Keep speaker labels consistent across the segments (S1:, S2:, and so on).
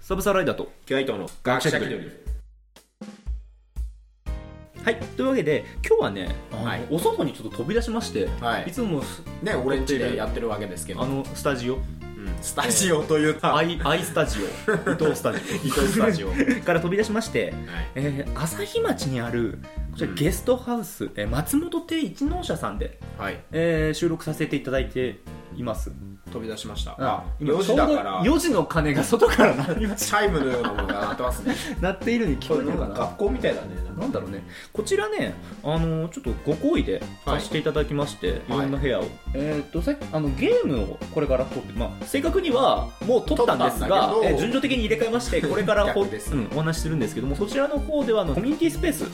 S1: サブサーライダーと
S2: キュアイトの
S1: 学者気取りはいというわけで今日はね、
S2: はい
S1: お外にちょっと飛び出しまして、
S2: はい
S1: いつも
S2: ね俺んちでやってるわけですけ
S1: あ
S2: ど、
S1: のスタジオ
S2: うんスタジオという
S1: ア
S2: か
S1: イアイスタジ オ伊藤スタジオ
S2: 伊藤スタジオはい
S1: から飛び出しまして、えー朝日町にあるこちら
S2: うん
S1: ゲストハウス、えー松本亭一納社さんで、
S2: はい
S1: えー収録させていただいています
S2: 飛び出しました
S1: あ今
S2: 4時だから
S1: ちょうど4時の鐘が外から鳴りまし
S2: チャイムのようなものが鳴って ますね
S1: 鳴っているように聞こ
S2: こ
S1: え
S2: れ
S1: る
S2: なん
S1: の
S2: か
S1: かな
S2: 学校みたいだね
S1: なんだろうねこちらね、あのちょっとご好意で
S2: はい
S1: 貸していただきまして、い、ろんな部屋を、えーっとさっきあのゲームをこれから撮って、まあ、正確にはもう撮ったんです
S2: 撮ったん
S1: が
S2: だけど
S1: えー順序的に入れ替えましてこれからほ
S2: 逆です
S1: うん、お話しするんですけどもそちらの方ではあのコミュニティスペース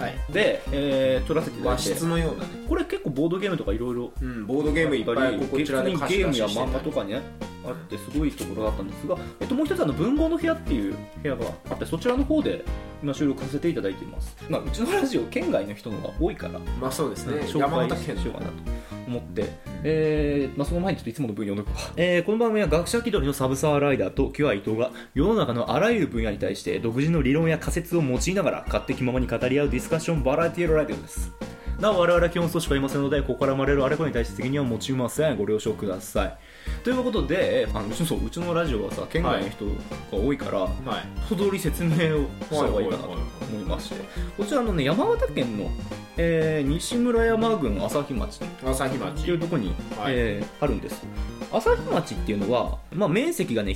S2: はい
S1: で、えー撮らせていただ
S2: 和
S1: いて
S2: 室のようなね
S1: これ結構ボードゲームとかいろいろ
S2: うんボードゲームいっぱいこちらで
S1: ゲ
S2: 貸し
S1: ー
S2: 出
S1: ム
S2: し
S1: や
S2: してた
S1: 漫画とかねあってすごいところだったんですが、えっと、もう一つあの文豪の部屋っていう部屋があってそちらの方で今収録させていただいています、まあ、うちのラジオ県外の人の方が多いから、
S2: まあそうですね
S1: 紹
S2: 山
S1: 介
S2: 形県
S1: しよう
S2: の
S1: かなと思って、えーまあ、その前にちょっといつもの分野を読んどくわ、えーこの番組は学者気取りのサブサーライダーとキュア伊藤が世の中のあらゆる分野に対して独自の理論や仮説を用いながら勝手気ままに語り合うディスカッションバラエティーライドですなお我々は基本そうしか言いませんのでここから生まれるあれこれに対して責任は持ちませんご了承くださいということでえーあのうちのそううちのラジオはさ県外の人が多いから、
S2: はい
S1: 一通り説明をした方がいいかなと思いましてこちらのね山形県の、えー西村山郡朝日町
S2: 朝日
S1: っ
S2: 町
S1: ていうところに、
S2: はい
S1: えーあるんです朝日町っていうのは、まあ、面積がね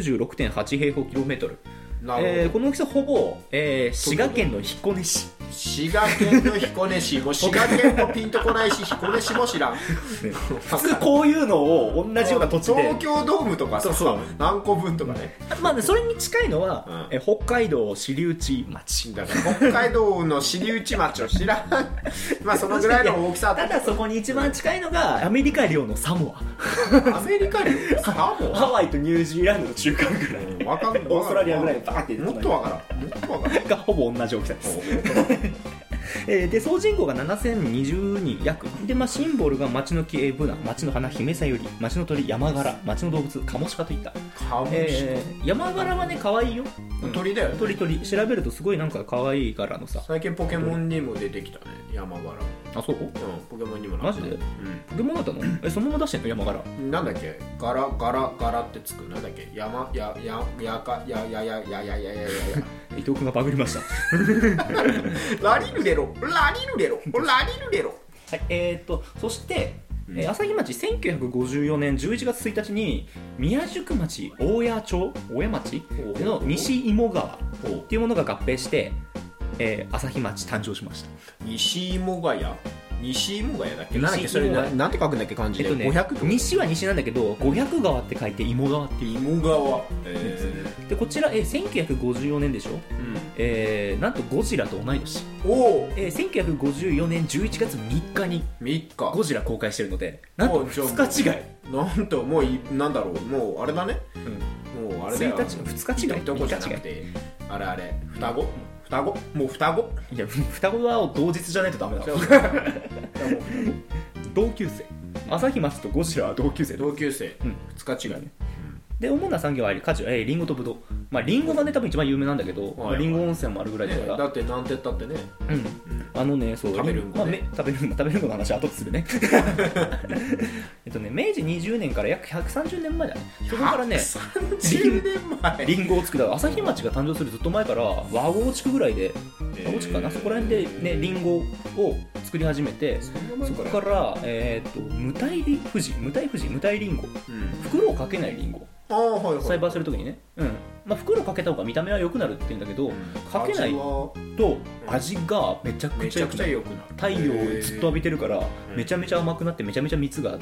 S1: 196.8平方キロメートル、
S2: な
S1: え
S2: る
S1: ーこの大きさほぼ、えー滋賀県の彦根市
S2: ほど滋賀県の彦根市もう滋賀県もピンとこないし彦根市も知 ら ん
S1: 普通こういうのを同じような土地で
S2: 東、京ドームとか
S1: そ
S2: さ
S1: うそう
S2: 何個分とかね
S1: まあね、それに近いのは、
S2: うん
S1: えー北海道支流地町
S2: だから北海道の支流地町を知らん まあそのぐらいの大きさ
S1: ただそこに一番近いのがアメリカ領のサモ
S2: アメリカ領サ
S1: ア
S2: モ
S1: ハワイとニュージーランドの中間ぐらい
S2: アわかんない
S1: オーストラリアぐらいバーって出てこ
S2: も
S1: ない
S2: っとわからんもっとわからん
S1: がほぼ同じ大きさですえーで総人口が7020人約で、まあ、シンボルが町の木エブナ町の花姫さゆり町の鳥山柄町の動物カモシカといった、
S2: カモシカ、
S1: えー山柄はね可愛いよ、うん
S2: 鳥だよね
S1: 鳥鳥調べるとすごいなんか可愛い柄のさ
S2: 最近ポケモンにも出てきたね山柄
S1: あそう
S2: うんポケモンにもな
S1: マ
S2: った
S1: ジでポケモンだったのえそのまま出してんの山柄
S2: うんなんだっけ柄柄柄ってつくなんだっけ山やややかややややややややや
S1: 伊藤君がバグり ましたは
S2: ラリルレロラリルレロラリルレロ
S1: いえー、っとそして、
S2: うん
S1: えー朝日町1954年11月1日に宮宿町大谷町大谷町
S2: お
S1: の西芋川
S2: お
S1: っていうものが合併して、えー朝日町誕生しました
S2: 西芋ヶ谷西芋ヶ谷だっけ
S1: 西
S2: なんだっけそれ
S1: 芋ヶ
S2: な
S1: 谷
S2: なんて書くんだっけ漢字
S1: えっ
S2: で、
S1: とね
S2: 500と
S1: 西は西なんだけど500川って書いて芋川っていう
S2: 芋川え
S1: でこちら、えー1954年でしょ、
S2: ーうん
S1: えーなんとゴジラと同い年、
S2: おお
S1: えー1954年11月3日に
S2: 3日
S1: ゴジラ公開してるのでなんと
S2: おじゃあ
S1: 2日違い、
S2: なんともういなんだろうもうあれだねもうあれだよ
S1: 1日2日違い
S2: どこじゃなくてあれあれ双子双子もう双子
S1: いや双子は同日じゃないとダメだろ同級生朝日町とゴジラは同級生
S2: 同級生
S1: うん
S2: 2日違いね
S1: で主な産業は果樹、えー、リンゴとブドウ、まあ、リンゴがね多分一番有名なんだけど、まあ、リンゴ温泉もあるぐらいだから、
S2: だってなんてったってね
S1: うんあのねそう
S2: 食べるんご
S1: まあ
S2: ね
S1: め食べるんご食べるんごの話は後でする ねえっとね明治20年から約130年前だねそこからね
S2: 30年前
S1: リンゴを作った朝日町が誕生するずっと前から和合地区ぐらいで和合地区かな、そこら辺でねリンゴを作り始めてそこからら、えーっと無体り富士無体富士無体リンゴ袋をかけないリンゴ
S2: ああはいはい
S1: 栽培するときにね、うんまあ、袋かけた方が見た目は良くなるって言うんだけど、かけない
S2: 味は
S1: と味がめちゃく
S2: め
S1: ちゃ良
S2: ち
S1: く
S2: ゃく
S1: なる
S2: ちゃ良くなる
S1: 太陽をずっと浴びてるから
S2: うん
S1: めちゃめちゃ甘くなってめちゃめちゃ蜜が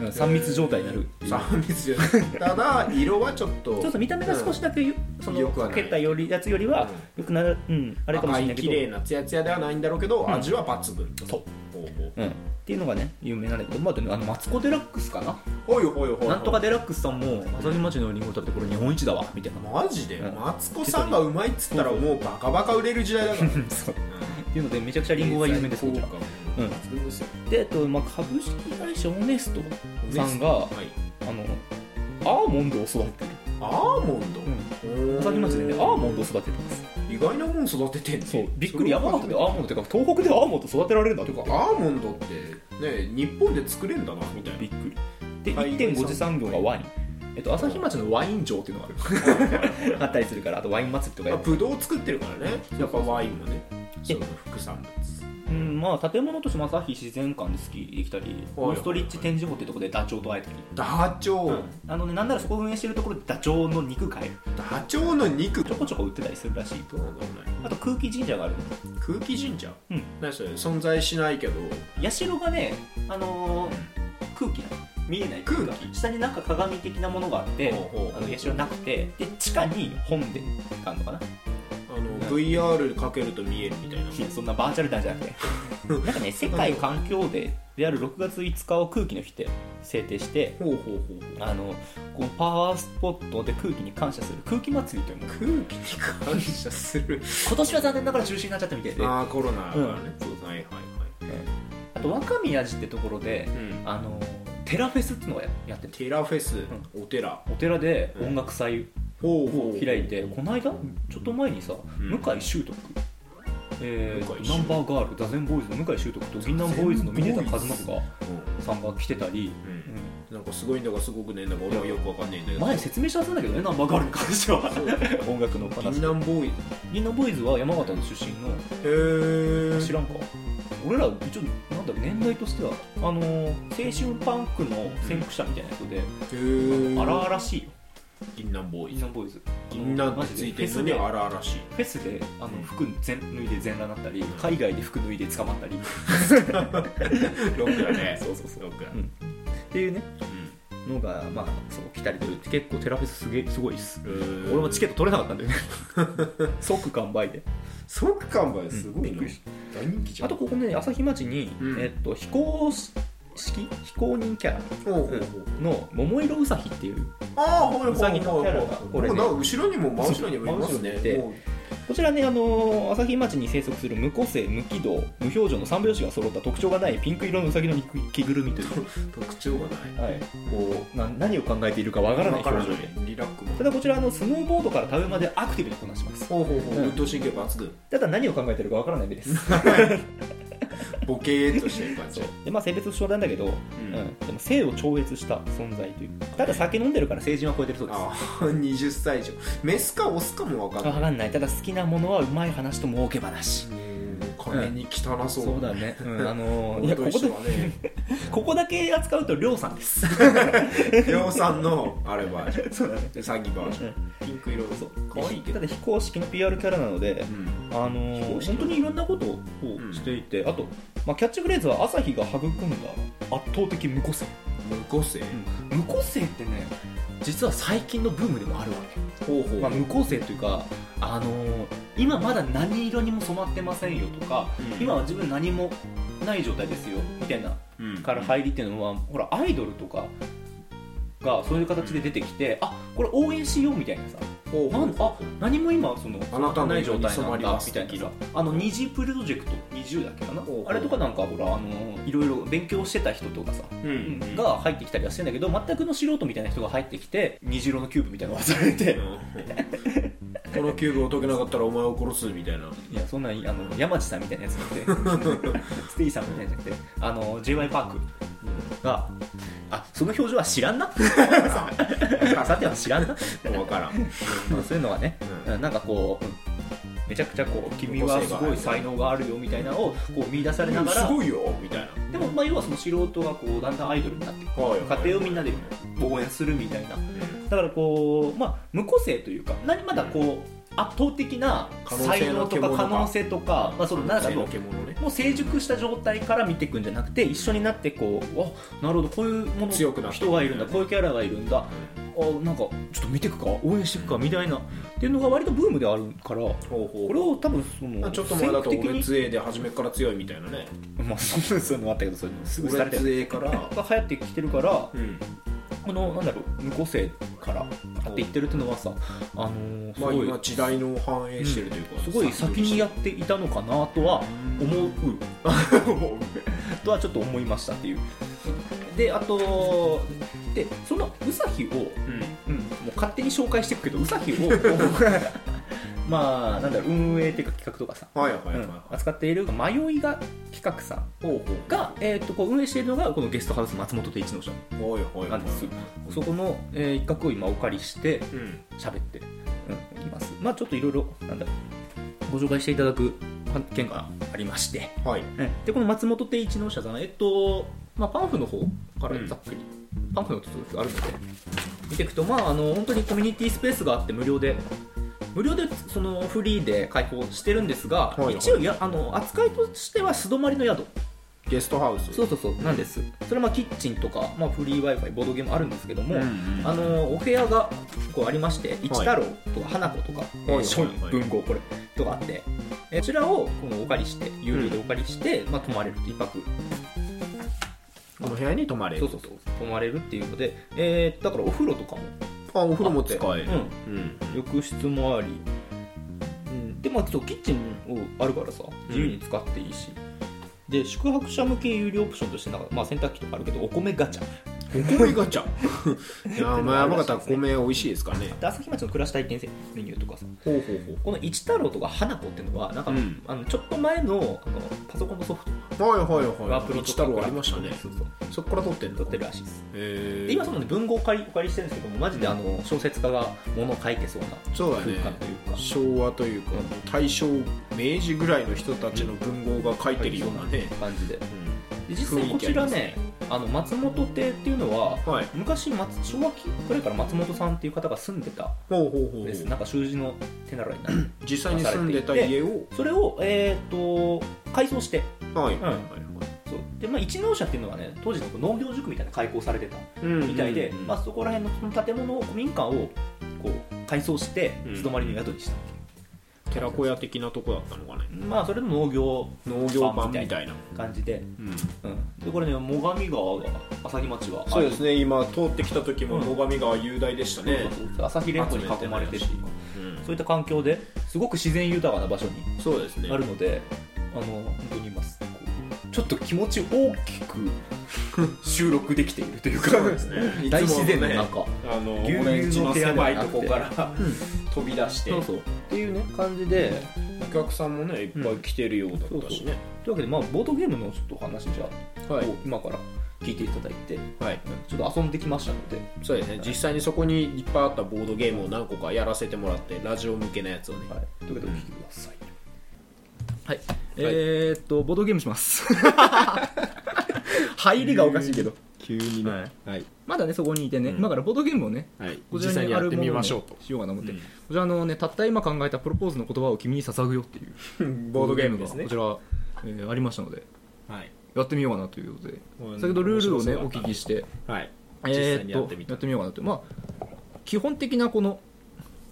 S1: うん3密状態になるっていう
S2: 三密じゃないただ色はちょっと
S1: ちょっと見た目が少しだけよその
S2: よくは
S1: か
S2: ない
S1: けたよりやつよりはよくなるうんあれかもしれない
S2: 赤い綺麗
S1: け
S2: なツヤツヤではないんだろうけど、味は抜群
S1: どそう
S2: ほうほう
S1: うんっていうのがね有名なんだけどまあでもあのマツコ・デラックスかな
S2: ほいほいほいほい
S1: なんとかデラックスさんも朝日町のリンゴ食べてこれ日本一だわみたいな
S2: マジで、
S1: うん
S2: マツコさんがうまいっつったらもうバカバカ売れる時代 だから、うん
S1: そうっていうのでめちゃくちゃリンゴが有名です
S2: そうか
S1: うん
S2: 抜群ですよ
S1: でえっとまあ株式会社オネストさんが
S2: はい
S1: あのアーモンドを育ててる
S2: アーモンド、
S1: 朝崎町でねアーモンドを育ててます
S2: 意外なもん育ててんね
S1: そうびっくり
S2: それ
S1: 山
S2: は
S1: 形でアーモンドってか東北でアーモンド育てられるんだ
S2: て
S1: と
S2: か
S1: か
S2: アーモンドってね日本で作れんだなみたい
S1: びっくりで
S2: はい
S1: 1.5次産業がワインえっと、旭町のワイン城っていうのがあ るあったりするからあとワイン祭りとか
S2: な
S1: や
S2: あ
S1: っ
S2: ブドウ作ってるからねやっぱワインもね
S1: で
S2: その副産物
S1: うんまあ、建物としても朝日自然館でスキーできたり
S2: はい
S1: モンストリッチ展示法っていうところでダチョウと会えたり、
S2: ダチョウ、
S1: あのねなんならそこ運営してるところでダチョウの肉買える
S2: ダチョウの肉
S1: ちょこちょこ売ってたりするらしい
S2: どうなんだろうね
S1: あと空気神社があるの
S2: 空気神社、
S1: うん
S2: 何それ存在しないけど
S1: 社がね、あのー空気なの見えない
S2: 空気
S1: 下になんか鏡的なものがあって
S2: ほうほう
S1: あの社なくてで地下に本殿があるのかな
S2: あの VR かけると見えるみたいない
S1: やそんなバーチャルなんじゃな くてなんかね世界環境デーである6月5日を空気の日って制定して
S2: ほうほうほう
S1: あのこのパワースポットで空気に感謝する空気祭りというもの
S2: 空気に感謝する
S1: 今年は残念ながら中止になっちゃったみたいであ
S2: ああコロナだか
S1: う
S2: らね、
S1: ん
S2: そうはいはいはい、
S1: と若宮寺ってところで
S2: うん、
S1: あのテラフェスってのをややってて
S2: テラフェス、お寺
S1: お寺で音楽祭
S2: ほう
S1: を
S2: ほ
S1: 開いて、この間ちょっと前にさ、
S2: ん
S1: 向井秀徳、え
S2: 向井
S1: ー、
S2: 秀
S1: ナンバーガール座禅ボーイズの向井秀徳と銀杏ボーイズの峰田和正がさんが来てたり、
S2: うん、うん、なんかすごいんだかすごくねえんだか俺はよくわかんねえんだけど
S1: 前説明したはずなんだけどねナンバーガールに関しては音楽の
S2: 銀
S1: 話
S2: 杏ボーイ
S1: 銀杏ボーイズは山形の出身の
S2: ズへえ
S1: 知らんか俺ら一応なんだろう年代としてはあのー青春パンクの先駆者みたいな人で、
S2: へえ
S1: 荒々しいよ
S2: 銀杏ボーイ
S1: 銀
S2: ズ
S1: 杏ボーイズ
S2: 銀杏ってつい
S1: あのマジでフ
S2: てるのに
S1: ェスで
S2: 荒々しい
S1: フェスであの服全脱いで全裸になったり海外で服脱いで捕まったり
S2: ロックだね
S1: そうそうそう
S2: ロックだ、
S1: うんっていうねのがまあそう来たりとか結構テラフェスすげえすごいっす
S2: うん
S1: 俺もチケット取れなかったんだよね 即完売で
S2: 即完売すご
S1: うんびっ
S2: いな
S1: くりし
S2: 大人気じ
S1: あ
S2: ゃん
S1: とここね朝日町に、
S2: うん
S1: えっと、非公式非公認キャラ
S2: ほうほ
S1: う
S2: うほ
S1: ん
S2: う
S1: の桃色うさひっていう
S2: ああはいはい
S1: ウサギのキャラがこれね
S2: もうなんか後ろにも真後ろにもいま
S1: そう真後
S2: すね
S1: ろにいて
S2: も
S1: こちらね、あのー朝日町に生息する無個性、無軌道、無表情の三拍子が揃った特徴がないピンク色のウサギの肉着ぐるみという、
S2: 特徴がないう
S1: はい、
S2: こ
S1: な何を考えているかわからない
S2: わから
S1: 表
S2: な
S1: 情
S2: い
S1: で。
S2: リラックマ
S1: ただこちらあのスノーボードから食べまでアクティブにこなします
S2: ほうほうほう
S1: うん
S2: 運動神経 抜群
S1: ただ何を考えてるかわからない目です
S2: ボケーっとしてる感じ
S1: で、まあ、性別不詳なんだけど、うん
S2: うん
S1: でも性を超越した存在というただ酒飲んでるから成人は超えてるそうです
S2: ああ20歳以上メスかオスかも分か
S1: わ
S2: んない
S1: かんないただ好きなものはうまい話と儲け話
S2: うん金に汚そう
S1: そうだね、うん、あ のーい
S2: 俺
S1: や
S2: と
S1: ここ
S2: 一
S1: で
S2: 緒はね
S1: ここだけ扱うとりょうさんです
S2: 量産のあれバージョン
S1: そうだね
S2: で詐欺バージョンピンク色
S1: そう
S2: 可愛いけ
S1: た
S2: ど
S1: だ非公式の PR キャラなので、
S2: うん
S1: あのー
S2: 非公式
S1: 本当にいろんなことをしていて、あと、まあ、キャッチフレーズは「朝日が育んだ圧倒的無個性」
S2: 無個性
S1: 無個性ってね実は最近のブームでもあるわ
S2: ほうほ
S1: け、まあ、無個性というか、あのー今まだ何色にも染まってませんよとか、
S2: うん
S1: 今は自分何もない状態ですよみたいな
S2: うん
S1: から入りっていうのは、ほらアイドルとかがそういう形で出てきて、あこれ応援しようみたいなさ
S2: ほう
S1: な
S2: ほうん
S1: あ何も今その
S2: あなたの
S1: ない
S2: 色
S1: 状
S2: に
S1: 態
S2: 染
S1: な
S2: ま
S1: ん
S2: り
S1: だ
S2: ます
S1: みたいなさあの二次プロジェクト20だっけかな
S2: ほうほう
S1: あれとかなんかほらあのいろいろ勉強してた人とかさ、
S2: うんうん
S1: が入ってきたりはしてんだけど全くの素人みたいな人が入ってきて虹色のキューブみたいなの忘れて、
S2: このキューブを解けなかったらお前を殺すみたいない
S1: やそんなあの山地さんみたいなやつじゃなくて ステイさんみたいなやつじゃなくてあの j y パークがあその表情は知らんなさては知らんな
S2: もう分からん
S1: まあそういうのはね、
S2: う
S1: なんかこう、うんめちゃくちゃこう君はすごい才能があるよみたいなのをこう見出されなが
S2: す
S1: ら
S2: ごいよみたい
S1: でもまあ要はその素人がこうだんだんアイドルになっていく
S2: なはい
S1: 過程をみんなで応援するみたいなだからこう、まあ、無個性というか何まだこう圧倒的な才能とか可
S2: 可
S1: 能
S2: 能
S1: 性とか、まあ、そのなんかもう
S2: 獣ね
S1: もう成熟した状態から見ていくんじゃなくて一緒になってこうあなるほどこういうもの
S2: 強くなって
S1: 人がいるんだこういうキャラがいるんだあなんかちょっと見ていくか応援していくかみたいなっていうのが割とブームであるからこ
S2: ほうほ
S1: れを多分その
S2: ちょっと前だと
S1: 先駆
S2: 俺
S1: 的に
S2: 杖で初めから強いみたいなね
S1: まあそうそういうのもあったけどそういうのすぐされ
S2: 俺
S1: てが流
S2: 杖から
S1: 行ってきてるから
S2: うん
S1: このなんだろう無個性から買っていってるっていうのはさあのーす
S2: まあ
S1: ごい
S2: 今時代の反映してるというか
S1: すごい先にやっていたのかなとは思う
S2: 思う
S1: とはちょっと思いましたっていうであとでそのウサヒを、
S2: うん
S1: うん、もう勝手に紹介していくけどうさ ぎを僕らまあなんだろう運営っていうか企画とかさ、
S2: はいはいはいはい、
S1: うん扱っている迷いが企画さん
S2: ほうほう
S1: が、えー、とこう運営しているのがこのゲストハウス松本定一の所
S2: ほいほいほい
S1: なんですそこの、えー一角を今お借りして
S2: うん
S1: 喋って、うん、いますまあちょっといろいろなんだろうご紹介していただく件がありまして、
S2: はい
S1: うんでこの松本定一の社さんえっと、まあ、パンフの方から
S2: うん
S1: ざっくり、パンフのところがあるので見ていくとまああの本当にコミュニティスペースがあって無料で無料でそのフリーで開放してるんですが、
S2: はいはい
S1: 一応やあの扱いとしては素泊まりの宿
S2: ゲストハウス
S1: そうそうそうなんですそれはまあキッチンとか、まあ、フリー w i f i ボードゲームあるんですけども、
S2: うんうん
S1: あのお部屋がこうありまして一太郎とか花子とかえー書院
S2: はい
S1: 文豪これとかあってえーこちらをこのお借りして有料でお借りして、まあ、泊まれるって一泊
S2: この部屋に泊まれ
S1: そ
S2: る
S1: うそうそう泊まれるっていうので、えーだからお風呂とかも
S2: あお風呂も使える
S1: あって
S2: うん
S1: 浴室もあり、うん、でまあそうキッチンをあるからさ自由に使っていいし、で宿泊者向け有料オプションとしてなんか、まあ、洗濯機とかあるけどお米ガチャ
S2: お米ガチャいやーまあ山形米美味しいですかね
S1: で朝日町の暮らし体験メニューとかさ
S2: ほうほう
S1: この一太郎とか花子っていうのはなんか、
S2: うん
S1: あのちょっと前のあのパソコンのソフト
S2: ほうはいはいはい
S1: ワープロと
S2: 一
S1: か
S2: 太郎ありましたね
S1: そうそう
S2: そこから撮ってんの
S1: 撮ってるらしいです
S2: へ
S1: で
S2: え
S1: 今そのね文豪を借りお借りしてるんですけどもマジであの小説家が物を書いてそうな
S2: そうだ
S1: 空
S2: ね
S1: 間というか、
S2: 昭和というか
S1: うん
S2: 大正明治ぐらいの人たちの文豪が書いてるようなね
S1: 感じでで実際こちらねあの松本邸っていうのは
S2: うんはい
S1: 昔松昭和期くらいから松本さんっていう方が住んでた
S2: ほうほうほ
S1: ん
S2: う
S1: ですなんか習字の手習いな
S2: 実際に住んでた家を
S1: それをえっ、と改装して
S2: はいはいはいはい
S1: そうで、まあ、一能社っていうのはね当時の農業塾みたいな開校されてた
S2: うん
S1: みたいで、
S2: うん
S1: まあ、そこら辺のその建物を古民家をこう改装して
S2: うん
S1: 素泊まりの宿にした、
S2: 寺子屋的なとこだったのかね
S1: まあそれの農業
S2: 農業版みたいな
S1: 感じで,、
S2: うん
S1: うん、でこれね最上川が朝日町はある
S2: そうですね今通ってきた時も
S1: うん
S2: 最上川雄大でした
S1: そう
S2: ね
S1: そうそう朝日連峰に囲まれてるっていうか
S2: うん
S1: そういった環境ですごく自然豊かな場所に
S2: そうですね
S1: あるので、あの本当にいますこうちょっと気持ち大きく 収録できているというか
S2: そうですねいつものね
S1: 大自然の中
S2: あの
S1: 牛乳の
S2: オレンジの狭いとこか
S1: 手
S2: ら飛び出して
S1: そうそうっていうね感じで
S2: お客さんもねいっぱい来てるようだったしね
S1: というわけで、まあ、ボードゲームのちょっとお話じゃあ、
S2: はい
S1: こう今から聞いていただいて
S2: はい
S1: ちょっと遊んできましたので
S2: そうですね実際にそこにいっぱいあったボードゲームを何個かやらせてもらってラジオ向けのやつをね
S1: はい、というわけでお聞きください、はい、えー、っとボードゲームします 入りがおかしいけど
S2: 急に
S1: ね
S2: はい
S1: まだねそこにいてね、
S2: うん
S1: 今からボードゲームをね
S2: はい
S1: こち
S2: 実
S1: ら
S2: 際に
S1: にあ
S2: やっ
S1: る
S2: て
S1: も
S2: み
S1: のを
S2: ま
S1: ね
S2: しょうと
S1: しようかなと思って、
S2: うん
S1: こちらのねたった今考えたプロポーズの言葉を君に捧ぐよっていう
S2: ボードゲームですね
S1: ボードゲームがこちら、えーありましたので
S2: はい
S1: やってみようかなということで
S2: うん
S1: 先ほどルールをねお
S2: 面白そうだった
S1: 聞きして
S2: はい
S1: え
S2: 実
S1: ー
S2: 際
S1: っ
S2: に
S1: と
S2: やってみた
S1: やってみようかなとまあ基本的なこの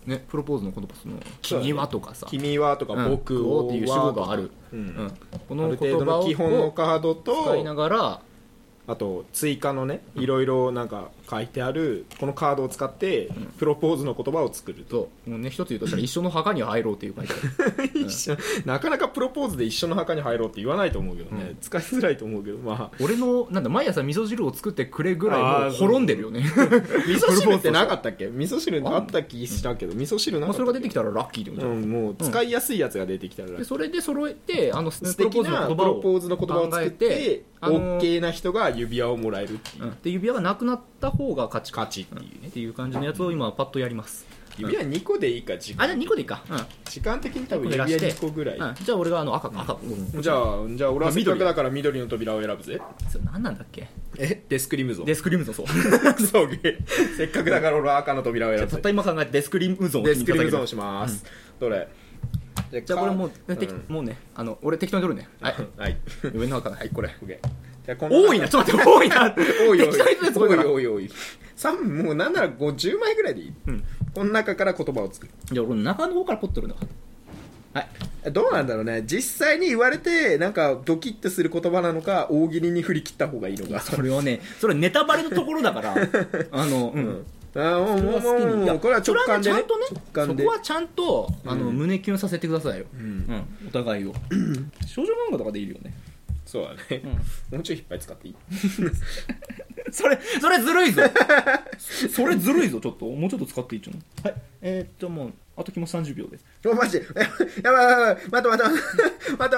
S1: ねプロポーズの言葉その「
S2: そうだね
S1: 君は」とかさ「
S2: 君はとか
S1: うん
S2: 僕を
S1: っていう主語がある、う
S2: う
S1: んん、こ
S2: あ
S1: の
S2: る
S1: 言
S2: 程度
S1: 葉
S2: の
S1: を
S2: 基本のカード
S1: 使いな
S2: と
S1: がら
S2: あと追加のねいろいろなんか書いてあるこのカードを使ってプロポーズの言葉を作ると
S1: そうもうね一つ言うとしたら「一緒の墓に入ろう」っていう書いてある
S2: 一緒なかなかプロポーズで一緒の墓に入ろうって言わないと思うけどね、
S1: うん
S2: 使いづらいと思うけど まあ
S1: 俺のなんだ毎朝味噌汁を作ってくれぐらいも
S2: あ
S1: う
S2: ーそう
S1: 滅んでるよね
S2: 味噌汁ってなかったっけ味噌汁あった気したけど味噌汁な
S1: ま
S2: か
S1: あそ
S2: った
S1: れが出てきたらラッキーってこと
S2: う
S1: じゃん
S2: ん、もう使いやすいやつが出てきたら、
S1: でそれで揃えてあのプ
S2: 素
S1: ロポ
S2: 敵
S1: ーズの
S2: なプ
S1: 言葉
S2: ロ
S1: を
S2: ポーズの言葉を作って
S1: 考えてあの
S2: OK な人が指輪をもらえるっていう
S1: うんで指輪がなくなった方が勝ちか
S2: 勝ちっていうね、
S1: っていう感じのやつを今パッとやります
S2: 指輪2個でいいか時
S1: あじゃ
S2: 間
S1: あ2個でいいか、うん
S2: 時間的に多分指輪2個ぐらい、
S1: うんじゃあ俺があの赤赤、うん
S2: じゃあじゃあ俺はせっかくだから緑の扉を選ぶぜ
S1: それ何なんだっけ
S2: えデスクリムゾン
S1: デスクリムゾンそう
S2: クソゲーせっかくだから俺は赤の扉を選ぶ
S1: た
S2: ぜ
S1: った今考えてデスクリムゾンを
S2: デスクリムゾ
S1: 君
S2: ン
S1: に
S2: します、どれじ
S1: 捧げるじゃあこれもう,、
S2: うん
S1: てきもうねあの俺適当に取るねはい
S2: はい
S1: 上の赤はいこれ
S2: OK じゃあこの 中
S1: 多いなちょっと待って多い な
S2: 多い多い
S1: 適当に取るやつ多いから
S2: 多い多い3もうなんなら50枚ぐらいでいい、
S1: うん
S2: この中から言葉を作る
S1: じゃあ俺中の方からポッと取るんだはい
S2: どうなんだろうね実際に言われてなんかドキッとする言葉なのか大喜利に振り切った方がいいのか
S1: それはねそれはネタバレのところだ からあのうん、
S2: あーもうもうもうもうこれは直感でね直
S1: それは
S2: 感
S1: ねちゃんとね
S2: で
S1: そこはちゃんとあの、胸キュンさせてくださいよ、うん
S2: ん
S1: お互い を少女漫画とかでいいよね
S2: そうだね、もうちょいいっぱい使っていい
S1: それ、それずるいぞ。それずるいぞ、ちょっと。もうちょっと使っていいじゃん。はい。えー、っと、もう、あと気も30秒で。
S2: おマジで えやばいやばいやばい待って待って待って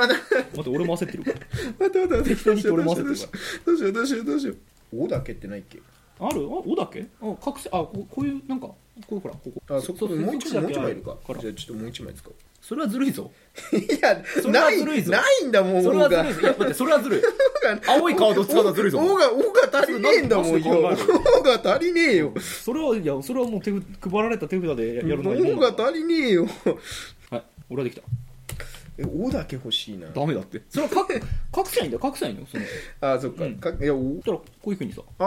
S1: 待って、俺も焦ってるから。
S2: 待って待って待って
S1: 適当に取れ回せてる
S2: どうしようどうしようどうしようどうしようどうしよう「お」だけってないっけ
S1: あるあ、おだっけあ、隠せ、あ、ここういう、なんか、こういうほら、ここ。
S2: あそこもう一枚もう一枚いるか
S1: ほら
S2: じゃあちょっともう一枚使おう
S1: それはずるいぞ。
S2: いや
S1: それは
S2: な
S1: ずるい
S2: い
S1: ぞ
S2: ないんだもん
S1: それはず
S2: が
S1: るいぞ。いや、待って、それはずるい。 青いカード使うのはずるいぞ。
S2: おが、おが足りねえんだもんよ。
S1: なんでなん
S2: おが足りねえよ。
S1: それは、いや、それはもう手札、配られた手札でやるのがいい
S2: お
S1: もんだ
S2: が足りねえよ。
S1: はい、俺はできた。
S2: え、おだけ欲しいな。
S1: ダメだって。それはか、 隠せないんだよ、隠せないのよ。その、
S2: あ、そっか。
S1: うん
S2: かいや、お
S1: そしたら、こういうふうにさ、
S2: あ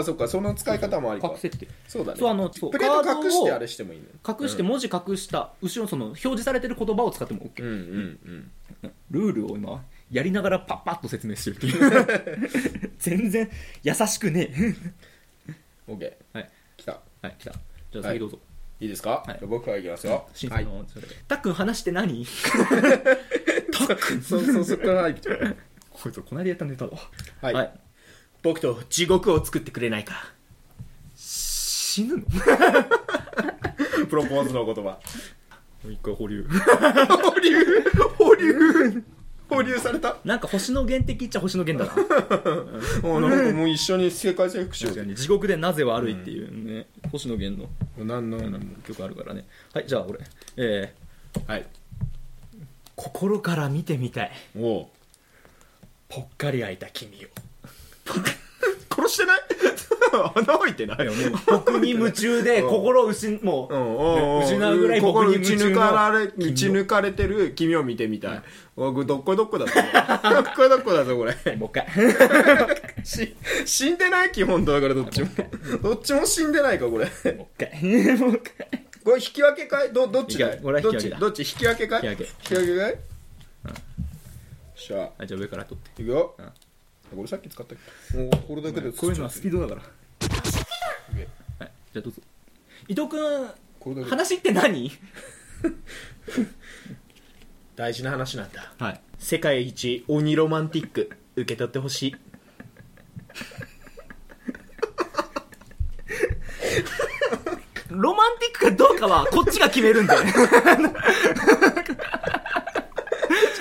S2: あ、そっか。その使い方もありか
S1: 隠。せって。
S2: そうだね。
S1: そうあのそう
S2: プレート隠し
S1: カー
S2: て
S1: ドを
S2: あれしてもいいね。
S1: 隠して、文字隠した、後ろのその、表示されてる言葉を使っても OK
S2: うん。うんうん。
S1: ルールを今、やりながらパッパッと説明してるって いう。全然、優しくねえ。
S2: オッケ
S1: はい、
S2: ー。来た。
S1: はい、来た。じゃあ、先どうぞ。
S2: いいですか
S1: はい
S2: じゃあ僕からいきますよ。
S1: 新
S2: は
S1: 鮮
S2: い
S1: な。たっくん話して何たっくん。
S2: そう、そう、そっから入っちゃう。
S1: こいつ、この間やったネタだわ。
S2: はい
S1: はい。
S2: 僕と地獄を作ってくれないか。
S1: 死ぬの
S2: プロポーズの言葉。
S1: 一回保留。
S2: 保留保留保留された
S1: なんか星の源的っちゃ星の源だな。
S2: もうなんかもう一緒に世界征服しようぜ。
S1: 地獄でなぜ悪いっていうね、星野源の
S2: なんなんなん
S1: 曲あるからね。はい、じゃあ俺、えー、
S2: はい。
S1: 心から見てみたい。
S2: おお。
S1: ぽっかり開いた君を。
S2: 殺してない 穴開いてないよね。
S1: 僕に夢中 で心を失、もう、
S2: うん、
S1: 失うぐらい僕
S2: 心
S1: に
S2: 打
S1: 夢
S2: ち
S1: 中
S2: 抜かれ、打
S1: 君を
S2: ち抜かれてる君を見てみたい。僕、どっこいどっこだぞ。どっこいどっこだぞ、これ。
S1: もう一回。
S2: し死んでない基本だから、どっちも。どっちも死んでないか、これ。
S1: もう一回。もう一回。
S2: これ、引き分けかいど、どっちだい
S1: 引き分け俺は
S2: ど
S1: 引
S2: っ
S1: き分
S2: ち
S1: けだ
S2: どっち引き分けかい
S1: 引き分け
S2: 引き分けかいよっしゃ。
S1: あ、じゃあ上から取って。
S2: いくよ
S1: うん。
S2: これさっき使ったっけもう、これだけで
S1: こういうのはスピードだから。はい、じゃあどうぞ。伊藤く
S2: これだ
S1: ん、
S2: けで
S1: 話って何
S2: 大事な話なんだ。
S1: はい。
S2: 世界一鬼ロマンティック受け取ってほし い
S1: ロマンティックかどうかは、こっちが決めるんだよ。
S2: し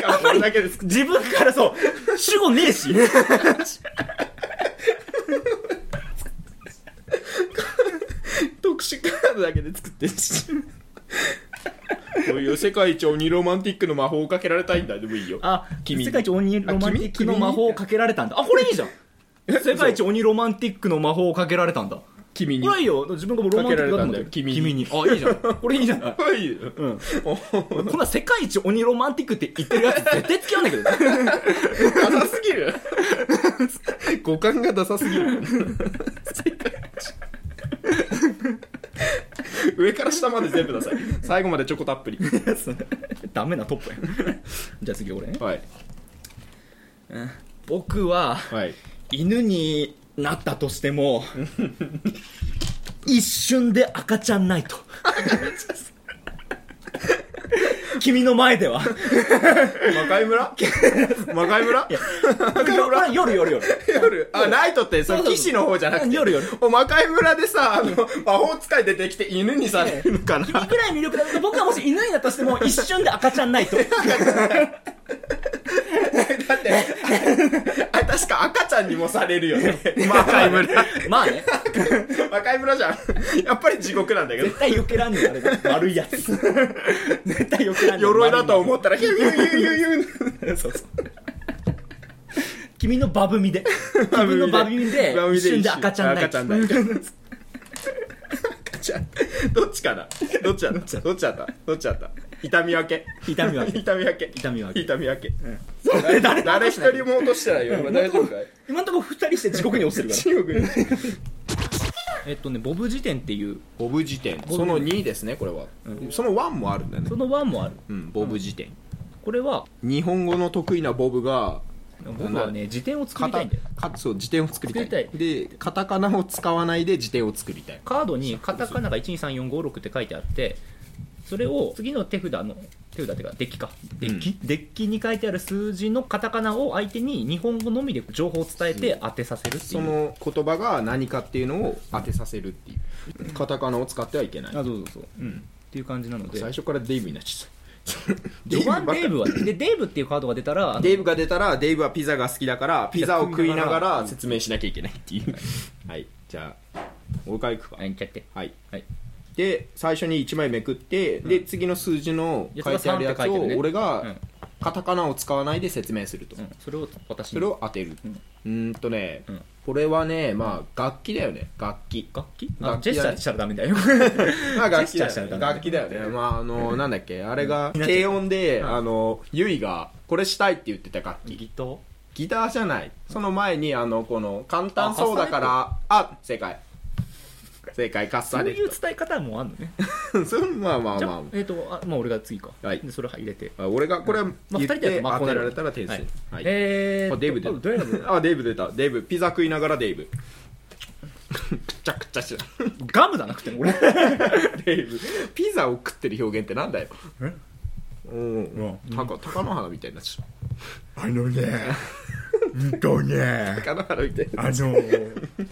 S2: かもこれだけです
S1: 自分からそう、主語ねえし。
S2: 特殊カードだけで作ってるしこういう世界一鬼ロマンティックの魔法をかけられたいんだでもいいよ
S1: あ、
S2: 君に
S1: 世界一鬼ロマンティックの魔法をかけられたんだ。あ、これいいじゃん。世界一鬼ロマンティックの魔法をかけられたんだ。こ
S2: 君に
S1: れはいいよ。自分がもうロマンティックだと思ってる。
S2: かけられたんだ
S1: 君
S2: よ
S1: に。あ、いいじゃん。これいいじゃない。
S2: はいいよ
S1: うん。こんな世界一鬼ロマンティックって言ってるやつ絶対付き合わないけどね。
S2: ダサすぎる五感がダサすぎる上から下まで全部ダサい最後までチョコたっぷり
S1: ダメなトップや。じゃあ次俺ね。
S2: はい
S1: 僕は、
S2: はい
S1: 犬になったとしても、 一瞬で赤ちゃんないと。 君の前では。
S2: 魔界 村魔界村
S1: 夜夜夜夜。
S2: 夜あライトってその
S1: そうそうそう
S2: 騎士の方じゃなくて
S1: 夜夜
S2: お魔界村でさあの魔法使い出てきて犬にされるのかな
S1: いくら魅力だと僕はもし犬になったとしても一瞬で赤ちゃんないと。
S2: だってああれ確か赤ちゃんにもされるよね魔界村
S1: まあね、
S2: 魔界村じゃんやっぱり地獄なんだけど
S1: 絶対避けらんねえあれが悪いやつ。絶対避けらんねえ。
S2: 鎧だと思ったらヒューヒューヒューヒューヒュー
S1: う。そうそう。君のバブミで。君のバブミで
S2: バブ、ミ
S1: 一
S2: で
S1: 瞬で赤ちゃんない
S2: 赤ちゃんない 赤ちゃんどっちかなどっちだったどっちだったどっちだった痛み分け
S1: 痛み分け
S2: 痛み分け
S1: 痛み分け
S2: 痛み分け
S1: 誰誰
S2: 誰一人も落としてないよ今大丈夫かい
S1: 今んところ二人して地獄に落ちてるか
S2: 中国
S1: ら。えっとね、ボブ辞典っていう、
S2: ボブ辞典
S1: ブ
S2: その2ですねこれは、その1もあるんだよね
S1: その1もある。
S2: うんボブ辞典、
S1: これは、
S2: 日本語の得意なボブが
S1: 僕はね、辞典を作りたいんだよ。
S2: かそう辞典を作りたい
S1: 作りた
S2: でカタカナを使わないで辞典を作りたい
S1: カードにカタカナが12345 6って書いてあってそれを次の手札の手手札っていうかデッキかデッキ、デッキに書いてある数字のカタカナを相手に日本語のみで情報を伝えて当てさせるって
S2: そ
S1: いう
S2: の言葉が何かっていうのを当てさせるっていうカタカナを使ってはいけない
S1: あどうぞどうぞ、うん、っていう感じなので
S2: 最初からデイブになっちゃった
S1: 序盤デーブ
S2: ばっか
S1: はねでデーブっていうカードが出たらあの
S2: デイブが出たらデイブはピザが好きだからピザを食いながら説明しなきゃいけないっていうはいじゃあもう一回いくか
S1: はいいっちゃって
S2: はい
S1: はい
S2: で最初に1枚めくってで次の数字の書いてあるやつ
S1: いやそれは3って書いて
S2: を
S1: るね
S2: 俺
S1: う
S2: が
S1: ん
S2: カタカナを使わないで説明すると
S1: うん、それを私
S2: それ
S1: に
S2: を当てる
S1: うん
S2: うーんとね
S1: うん
S2: これはねまあ楽器だよね楽器
S1: 楽器
S2: 楽器だ
S1: あ
S2: ね
S1: ジェスチャーしたらダメだよ
S2: まあ楽
S1: ジ
S2: 器だ
S1: ェスチャーし
S2: よ
S1: た
S2: ね
S1: らダメ
S2: 楽器だよねまああのなんだっけあれが
S1: うん
S2: 低音で
S1: うん
S2: あのゆいがこれしたいって言ってた楽器
S1: ギター
S2: ギターじゃないその前にあのこの簡単そうだからあ正解正解カッ
S1: そ
S2: サ
S1: う
S2: レ
S1: いう伝え方もあるのね
S2: そうまあまあ
S1: じゃ
S2: ま
S1: あ
S2: あ、
S1: えっ、とあまあ俺が次か、
S2: はい
S1: でそれ入れて
S2: あ俺がこれ言
S1: まあ、二人
S2: っ
S1: でや
S2: て
S1: るとまあ
S2: 当
S1: こうな
S2: て
S1: る
S2: られたら点数
S1: はい
S2: はい
S1: えーっと
S2: あデイブ出た
S1: あデイブ
S2: あデイブ出たデイブピザ食いながらデイブくちゃくちゃし
S1: ガムだなくても 俺
S2: デイブピザを食ってる表現ってなんだよ
S1: え
S2: う
S1: う
S2: ん
S1: ん
S2: 高高野花みたいになっちゃっ
S1: あのねうんとね
S2: た高野花みたいになっ
S1: あの
S2: ちゃった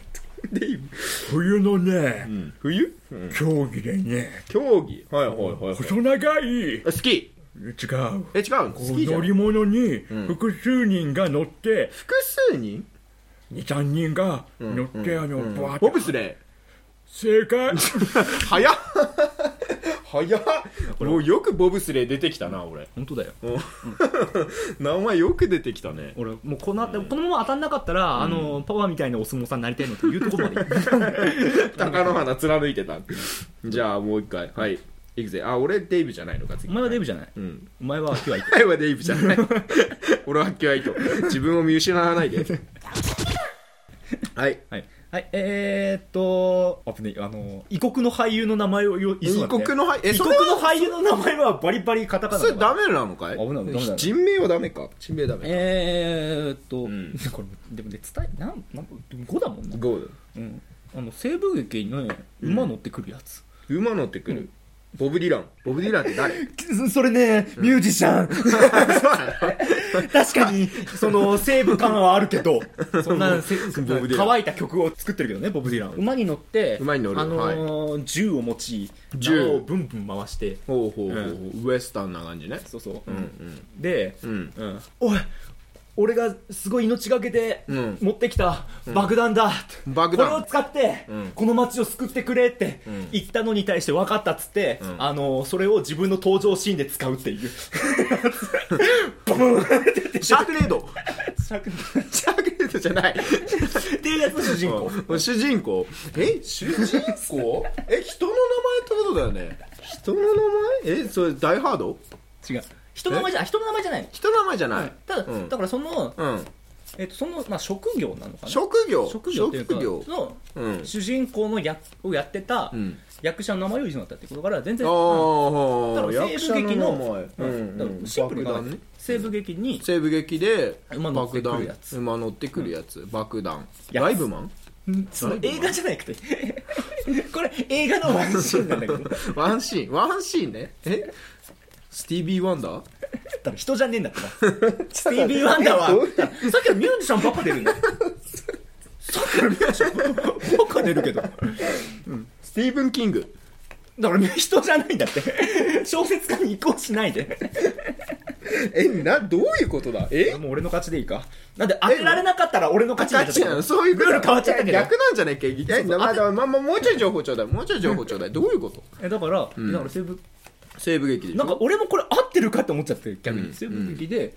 S2: デイブ
S1: 冬のね
S2: 冬
S1: 競技でね
S2: 競技はいはいはいはい
S1: 細長い違う
S2: あ好きえ違うの好
S1: こ
S2: き
S1: う
S2: じゃ
S1: 乗
S2: ん
S1: り物に
S2: ん
S1: 複数人が乗って、
S2: 複数人
S1: 二三人が乗って、あの、バーッと
S2: ボブスレ
S1: 正解
S2: ー 早っ早っもうよくボブスレー出てきたな俺
S1: 本当だよ
S2: 名前よく出てきたね
S1: 俺もうこの,、このまま当たんなかったら、あのパワーみたいなお相撲さんになりたいのというところま で
S2: 高野花貫いてたじゃあもう一回はいいくぜあ俺デイブじゃないのか次
S1: お前はデブ
S2: じ
S1: じゃない
S2: ゃうん
S1: お前は今日は行く
S2: 前はデイブじゃない 俺はキュアイト自分を見失わないではい
S1: はい、はい、えー、っとあねあの異国の俳優の名前を言い
S2: 異国の俳え
S1: 異
S2: そ
S1: 国
S2: れ
S1: の
S2: は
S1: 俳優の名前はバリバリカタカナだ
S2: それ
S1: から
S2: ダメなのかい
S1: 危ないダメだ
S2: 人名はダメか人名ダメ
S1: えー、っと、
S2: ん
S1: これでもね伝えなんなん5だもんな、
S2: ゴール
S1: うん、あの西部劇にね馬乗ってくるやつ、
S2: 馬乗ってくるボブ・ディランボブ・ディランって誰
S1: それねミュージシャン、確かにその西部感はあるけどそんなせ
S2: ボブディラン
S1: 乾いた曲を作ってるけどねボブ・ディラン馬に乗って
S2: 馬に乗る
S1: あのー銃を持ち
S2: 銃
S1: 縄をブンブン回して
S2: ほうほうほうほうウエスタンな感じね
S1: そうそう、
S2: うん
S1: で、
S2: うん
S1: うんおい俺がすごい命がけて
S2: うん
S1: 持ってきた爆弾だ、
S2: 爆弾
S1: これを使って、
S2: ん
S1: この街を救ってくれって言ったのに対して分かったっつって、
S2: ん
S1: あのそれを自分の登場シーンで使うっていうボーンって言って
S2: シャークレード
S1: っ
S2: シャークレードじゃない
S1: ていうやつの主人公
S2: 主人公え主人公え人の名前ってことだよね人の名前えそれダイハード
S1: 違う人の名前じゃ人の名前じゃないの
S2: 人の名前じゃない
S1: ただ,、
S2: うん
S1: だからその,、
S2: うん
S1: えっとそのまあ、職業なのかな
S2: 職業
S1: 職業っていうか
S2: 職業
S1: その
S2: うん
S1: 主人公の役をやってた
S2: うん
S1: 役者の名前をいじなったってことだから全然、
S2: あ
S1: だか
S2: あ
S1: ら西部劇の
S2: う
S1: うんだから
S2: ん
S1: シンプル
S2: 爆
S1: な
S2: 弾ね
S1: 西部劇に
S2: 西部劇で
S1: 馬乗ってく
S2: 爆
S1: る
S2: 弾
S1: やつ
S2: 馬乗ってくるやつ爆弾
S1: やつ
S2: ライブマン
S1: その映画じゃなくて これ映画のワンシーンなんだけどだっ
S2: ワンシーンワンシーンねえスティービー・ワンダー
S1: たら人じゃねえんだ からスティービー・ワンダーは
S2: どう
S1: だからさっきのミュージシャンばっか出るんだよさっきのミュージシャンばっか出るけど
S2: スティーブン・キ ング
S1: だから人じゃないんだって小説家に移行しないで
S2: えなどういうことだえ
S1: もう俺の勝ちでいいかなんで当てられなかったら俺の勝ちになっちゃったけど
S2: そういうこと
S1: ルール変わっちゃったけど
S2: 逆なんじゃないっけえまあまあまあもうちょい情報ちょうだいもうちょい情報ちょうだいどういうこと
S1: えだから、だから西部
S2: 西部劇でしょ
S1: なんか俺もこれ合ってるかって思っちゃって逆
S2: うん
S1: に西部劇で、だか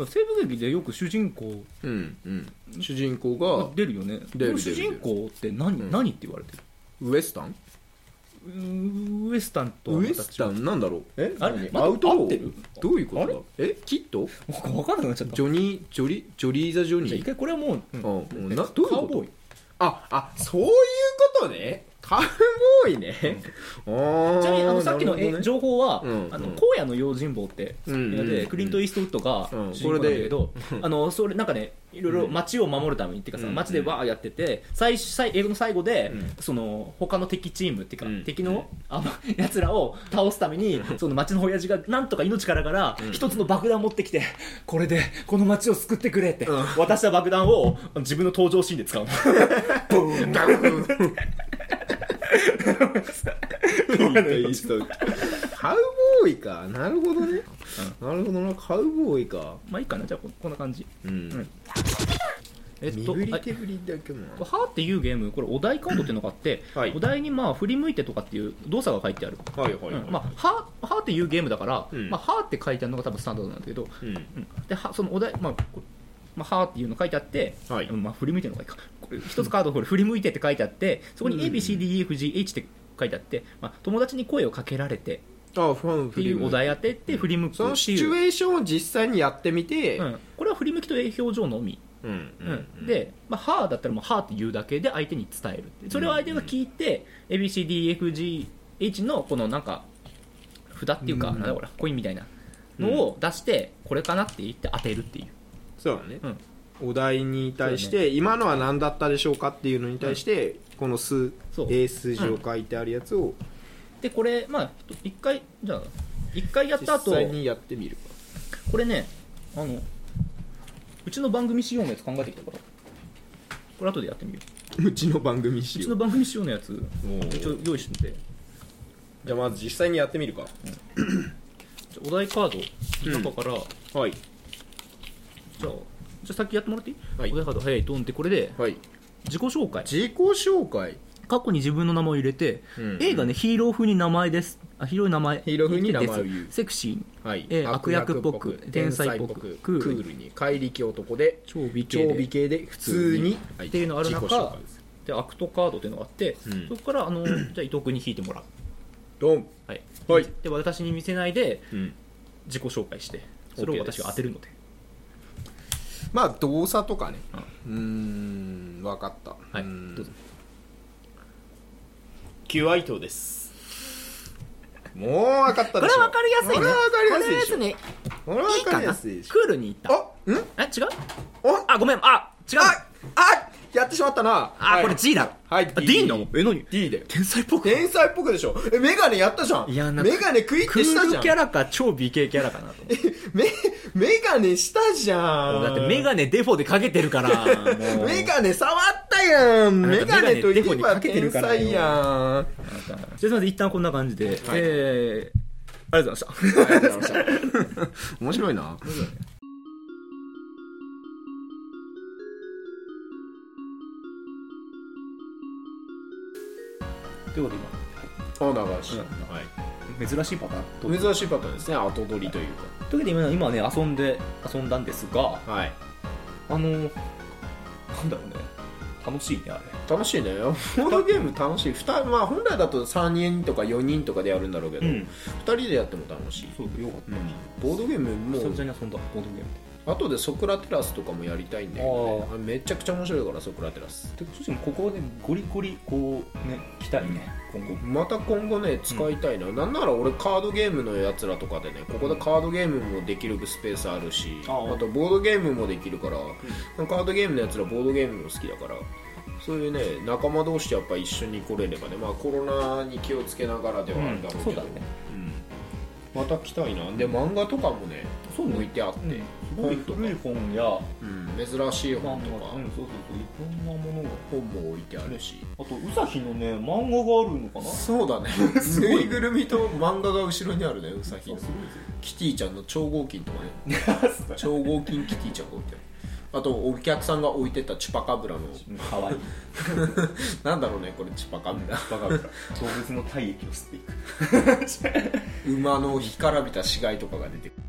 S1: ら西部劇でよく主人公
S2: うんうん主人公が
S1: 出るよね
S2: 出
S1: こ
S2: る
S1: の主
S2: 出る
S1: 人公って何,、何って言われてる
S2: ウエスタン
S1: うーウエスタンとは
S2: ウ
S1: また違
S2: エ
S1: う
S2: スタンなんだろうえ
S1: あれ
S2: 何
S1: また
S2: アウトロ
S1: 合ってる
S2: ーどういうこと
S1: あ
S2: だえキッド
S1: なんか分かんなくなっちゃった
S2: ジョニージョリジョリー・ザ・ジョ
S1: じゃあ
S2: ニ
S1: 一
S2: ー
S1: 回これはもう、うん
S2: うんうんなどういう
S1: カ
S2: こ
S1: ウボー
S2: と
S1: イ
S2: ああそういうことねカウボーイね。あー
S1: ちなみにあのさっきの、
S2: なるほ
S1: え
S2: どね
S1: 情報は、
S2: うん
S1: あの
S2: うん
S1: 荒野の用心棒って
S2: うんうん
S1: 映画でクリント・イーストウッドが
S2: うん
S1: 主人公なんだけど、 あのそれなんかねいろいろ街を守るためにっていうかさ
S2: うん
S1: 街でわーやってて最終最映画の最後で、
S2: うん
S1: その他の敵チームっていうか、
S2: うん
S1: 敵のあのやつらを倒すためにその街の親父がなんとか命からから一つの爆弾持ってきてこれでこの街を救ってくれって、
S2: うん
S1: 渡した爆弾をあの自分の登場シーンで使うの。 ブーン
S2: ダブルカウボーイかなるほどね、なるほどなカウボーイか
S1: まあいいかなじゃあここんな感じ。
S2: うん、
S1: んえ
S2: 身振り手振りだけもな
S1: はーっていうゲーム、これお題カードっていうのがあって、
S2: はい
S1: お題にまあ振り向いてとかっていう動作が書いてある、
S2: はいはい
S1: うんまあ、はーはーっていうゲームだから、
S2: うん
S1: まあ、はーって書いてあるのが多分スタンダードなんだけど、
S2: うん
S1: うんではそのお題、まあこまあ、はーっていうの書いてあって、
S2: はい
S1: うんまあ、振り向いてるのがいいか、これ一つカード、これ振り向いてって書いてあって、そこに
S2: うん
S1: ABCDEFGH って書いてあって、まあ、友達に声をかけられて
S2: あファン
S1: っていうお題当てて、振り向くって
S2: そ
S1: いう、
S2: のシチュエーションを実際にやってみて
S1: うん、これは振り向きと表情のみ。
S2: うん
S1: うん、で、まあ、はーだったらもうはーって言うだけで相手に伝えるってそれを相手が聞いて、ABCDFGH のこのなんか札っていうか、
S2: うん
S1: なんだこれコインみたいなのを出して、これかなって言って当てるっていう
S2: そうだね
S1: うん、
S2: お題に対して、今のは何だったでしょうかっていうのに対して、この数
S1: そう
S2: 英数字を書いてあるやつを
S1: でこれまあ一回じゃあ一回やった
S2: 実
S1: 後
S2: 際にやってみる
S1: これねあのうちの番組仕様のやつ考えてきたからこれ後でやってみよう
S2: うちの番組
S1: う
S2: し
S1: ち
S2: よ
S1: の番組仕様のやつ
S2: う
S1: 一応用意してて
S2: じゃあまず実際にやってみるか
S1: じゃあお題カードの中から、
S2: はい
S1: じゃあじゃあ先やってもらっていい、
S2: はい
S1: お題カード早いドンってこれで
S2: はい
S1: 自己紹介
S2: 自己紹介
S1: 過去に自分の名前を入れて、
S2: うん
S1: 映画ねヒーロー風に名前ですあヒーローに名前
S2: ヒーロー風に名前を言う
S1: ですセクシーに
S2: はい
S1: えー悪役っぽく天才っぽくク
S2: ク
S1: ール
S2: ールに怪力男で
S1: 超美
S2: 常
S1: 形
S2: 備
S1: で
S2: 系で普通に
S1: はいっていうのある中
S2: 自己紹介です
S1: でアクトカードっていうのがあって、
S2: うん
S1: そこからあのじゃあ伊藤君に引いてもらう
S2: ドン
S1: はい、
S2: はい
S1: で私に見せないで
S2: うん
S1: 自己紹介してそれを
S2: OK で
S1: 私
S2: す
S1: が当てるので
S2: まあ動作とかねうーん分かった
S1: はいう
S2: ーん
S1: どうぞ
S2: キュアイトですもう分かった
S1: こ
S2: で
S1: れ
S2: しょ
S1: は分かりやすいね
S2: これは分かりやすいでしょ
S1: ね
S2: これはい分
S1: い
S2: か
S1: かな
S2: りや
S1: ク
S2: すいでしょ
S1: ールにいった
S2: あん
S1: え違う
S2: お
S1: あごめんあ違う
S2: ああやってしまったな
S1: あ、
S2: はい
S1: これ G だ
S2: はい
S1: あ D なのえ何
S2: D だよ
S1: 天才っぽく
S2: 天才っぽくでしょえメガネやったじゃん
S1: いやなんか
S2: メガネクイっ
S1: ク
S2: てした
S1: ー
S2: じゃ
S1: ル
S2: ん
S1: キャラか超美形キャラかなと思って
S2: メメガネしたじゃん
S1: だってメガネデフォでかけてるから、もう
S2: メガネ触ったやんメガネとい
S1: メガネデ
S2: えば
S1: フォにかけて
S2: 天
S1: るからよ
S2: 才やん
S1: じゃあすいません、一旦こんな感じで、えー、ありがとうございました。
S2: 面白いな
S1: というこ
S2: あ流し、
S1: うんで、今、珍しいパターンと。というわ
S2: 珍しいパターンですね後取りという
S1: けで今、今ね、遊んで、遊んだんですが、
S2: かはい
S1: あの、なんだろうね、楽しいね、あれ。
S2: 楽しいねボードゲーム楽しいふた、まあ、本来だと3人とか4人とかでやるんだろうけど、二
S1: ん、
S2: 2人でやっても楽しい、
S1: そう、よかった。
S2: ボードゲームも
S1: 久々に遊
S2: うん
S1: だ、ボードゲーム。
S2: 後でソクラテラスとかもやりたいんだけど、ね、あれめちゃくちゃ面白いからソクラテラス
S1: てか、正直、ここはね、ゴリゴリ、こう、ね、来たいね、今後。
S2: また今後ね使いたいな、なんなら俺カードゲームのやつらとかでねここでカードゲームもできるスペースあるし
S1: あ
S2: あ
S1: あ
S2: とボードゲームもできるから、カードゲームのやつらボードゲームも好きだからそういうね仲間同士やっぱ一緒に来れればねまあコロナに気をつけながらではあるだろう
S1: そ
S2: け
S1: う
S2: ど、
S1: だね。
S2: うんまた来たいなで漫画とかもね
S1: そう
S2: 置い
S1: ね。
S2: てあって、
S1: ね、すごい古い本や、
S2: うん珍しい
S1: 漫画うんそ
S2: 本とか、
S1: うそうそういろんなものが
S2: 本も置いてあるし
S1: あと宇崎のね漫画があるのかなす
S2: そうだね
S1: す
S2: ぬ
S1: ごいね
S2: いぐるみと漫画が後ろにあるねうさぎ
S1: ごい
S2: の
S1: です
S2: キティちゃんの超合金とかね
S1: よ
S2: 超合金キティちゃんが置いてあるあとお客さんが置いてたチュパカブラの
S1: かわいい
S2: なんだろうねこれチュパカブラ
S1: バカブラ動物の体液を吸っていく
S2: 馬の干からびた死骸とかが出てくる